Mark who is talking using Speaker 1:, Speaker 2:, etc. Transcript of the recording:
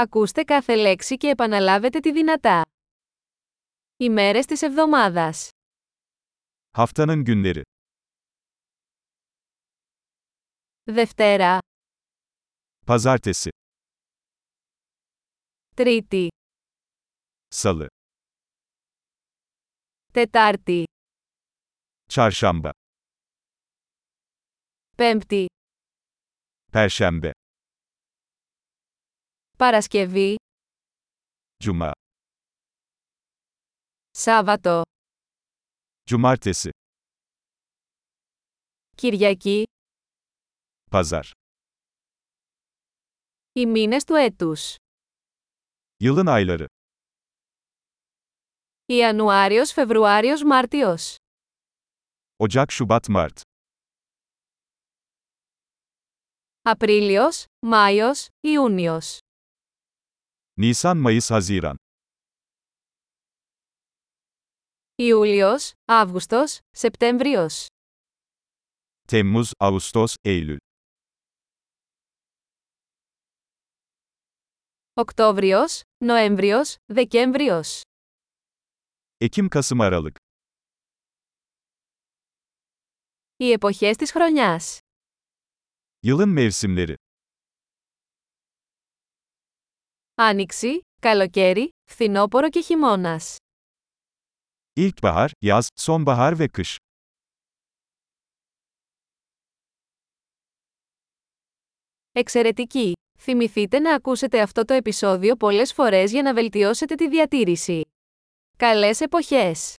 Speaker 1: Ακούστε κάθε λέξη και επαναλάβετε τη δυνατά. Ημέρες της εβδομάδας.
Speaker 2: Haftanın günleri.
Speaker 1: Δευτέρα,
Speaker 2: Pazartesi,
Speaker 1: Τρίτη,
Speaker 2: Salı,
Speaker 1: Τετάρτη,
Speaker 2: Çarşamba,
Speaker 1: Πέμπτη,
Speaker 2: Perşembe,
Speaker 1: Παρασκευή,
Speaker 2: Cuma,
Speaker 1: Σάββατο,
Speaker 2: Cumartesi,
Speaker 1: Κυριακή,
Speaker 2: Pazar.
Speaker 1: οι μήνες του έτους.
Speaker 2: Yılın ayları.
Speaker 1: Ιανουάριος, Φεβρουάριος, Μάρτιος.
Speaker 2: Ocak, Şubat, Mart.
Speaker 1: Απρίλιος, Μάιος, Ιούνιος.
Speaker 2: Nisan, Mayıs, Haziran.
Speaker 1: Ιούλιος, Αύγουστος, Σεπτέμβριος.
Speaker 2: Temmuz, Ağustos, Eylül.
Speaker 1: Οκτώβριος, Νοέμβριος, Δεκέμβριος.
Speaker 2: Ekim, Kasım, Aralık.
Speaker 1: Οι εποχές της χρονιάς.
Speaker 2: Yılın mevsimleri.
Speaker 1: Άνοιξη, καλοκαίρι, φθινόπωρο και χειμώνας.
Speaker 2: İlkbahar, yaz, sonbahar ve kış.
Speaker 1: Εξαιρετική! Θυμηθείτε να ακούσετε αυτό το επεισόδιο πολλές φορές για να βελτιώσετε τη διατήρηση. Καλές εποχές!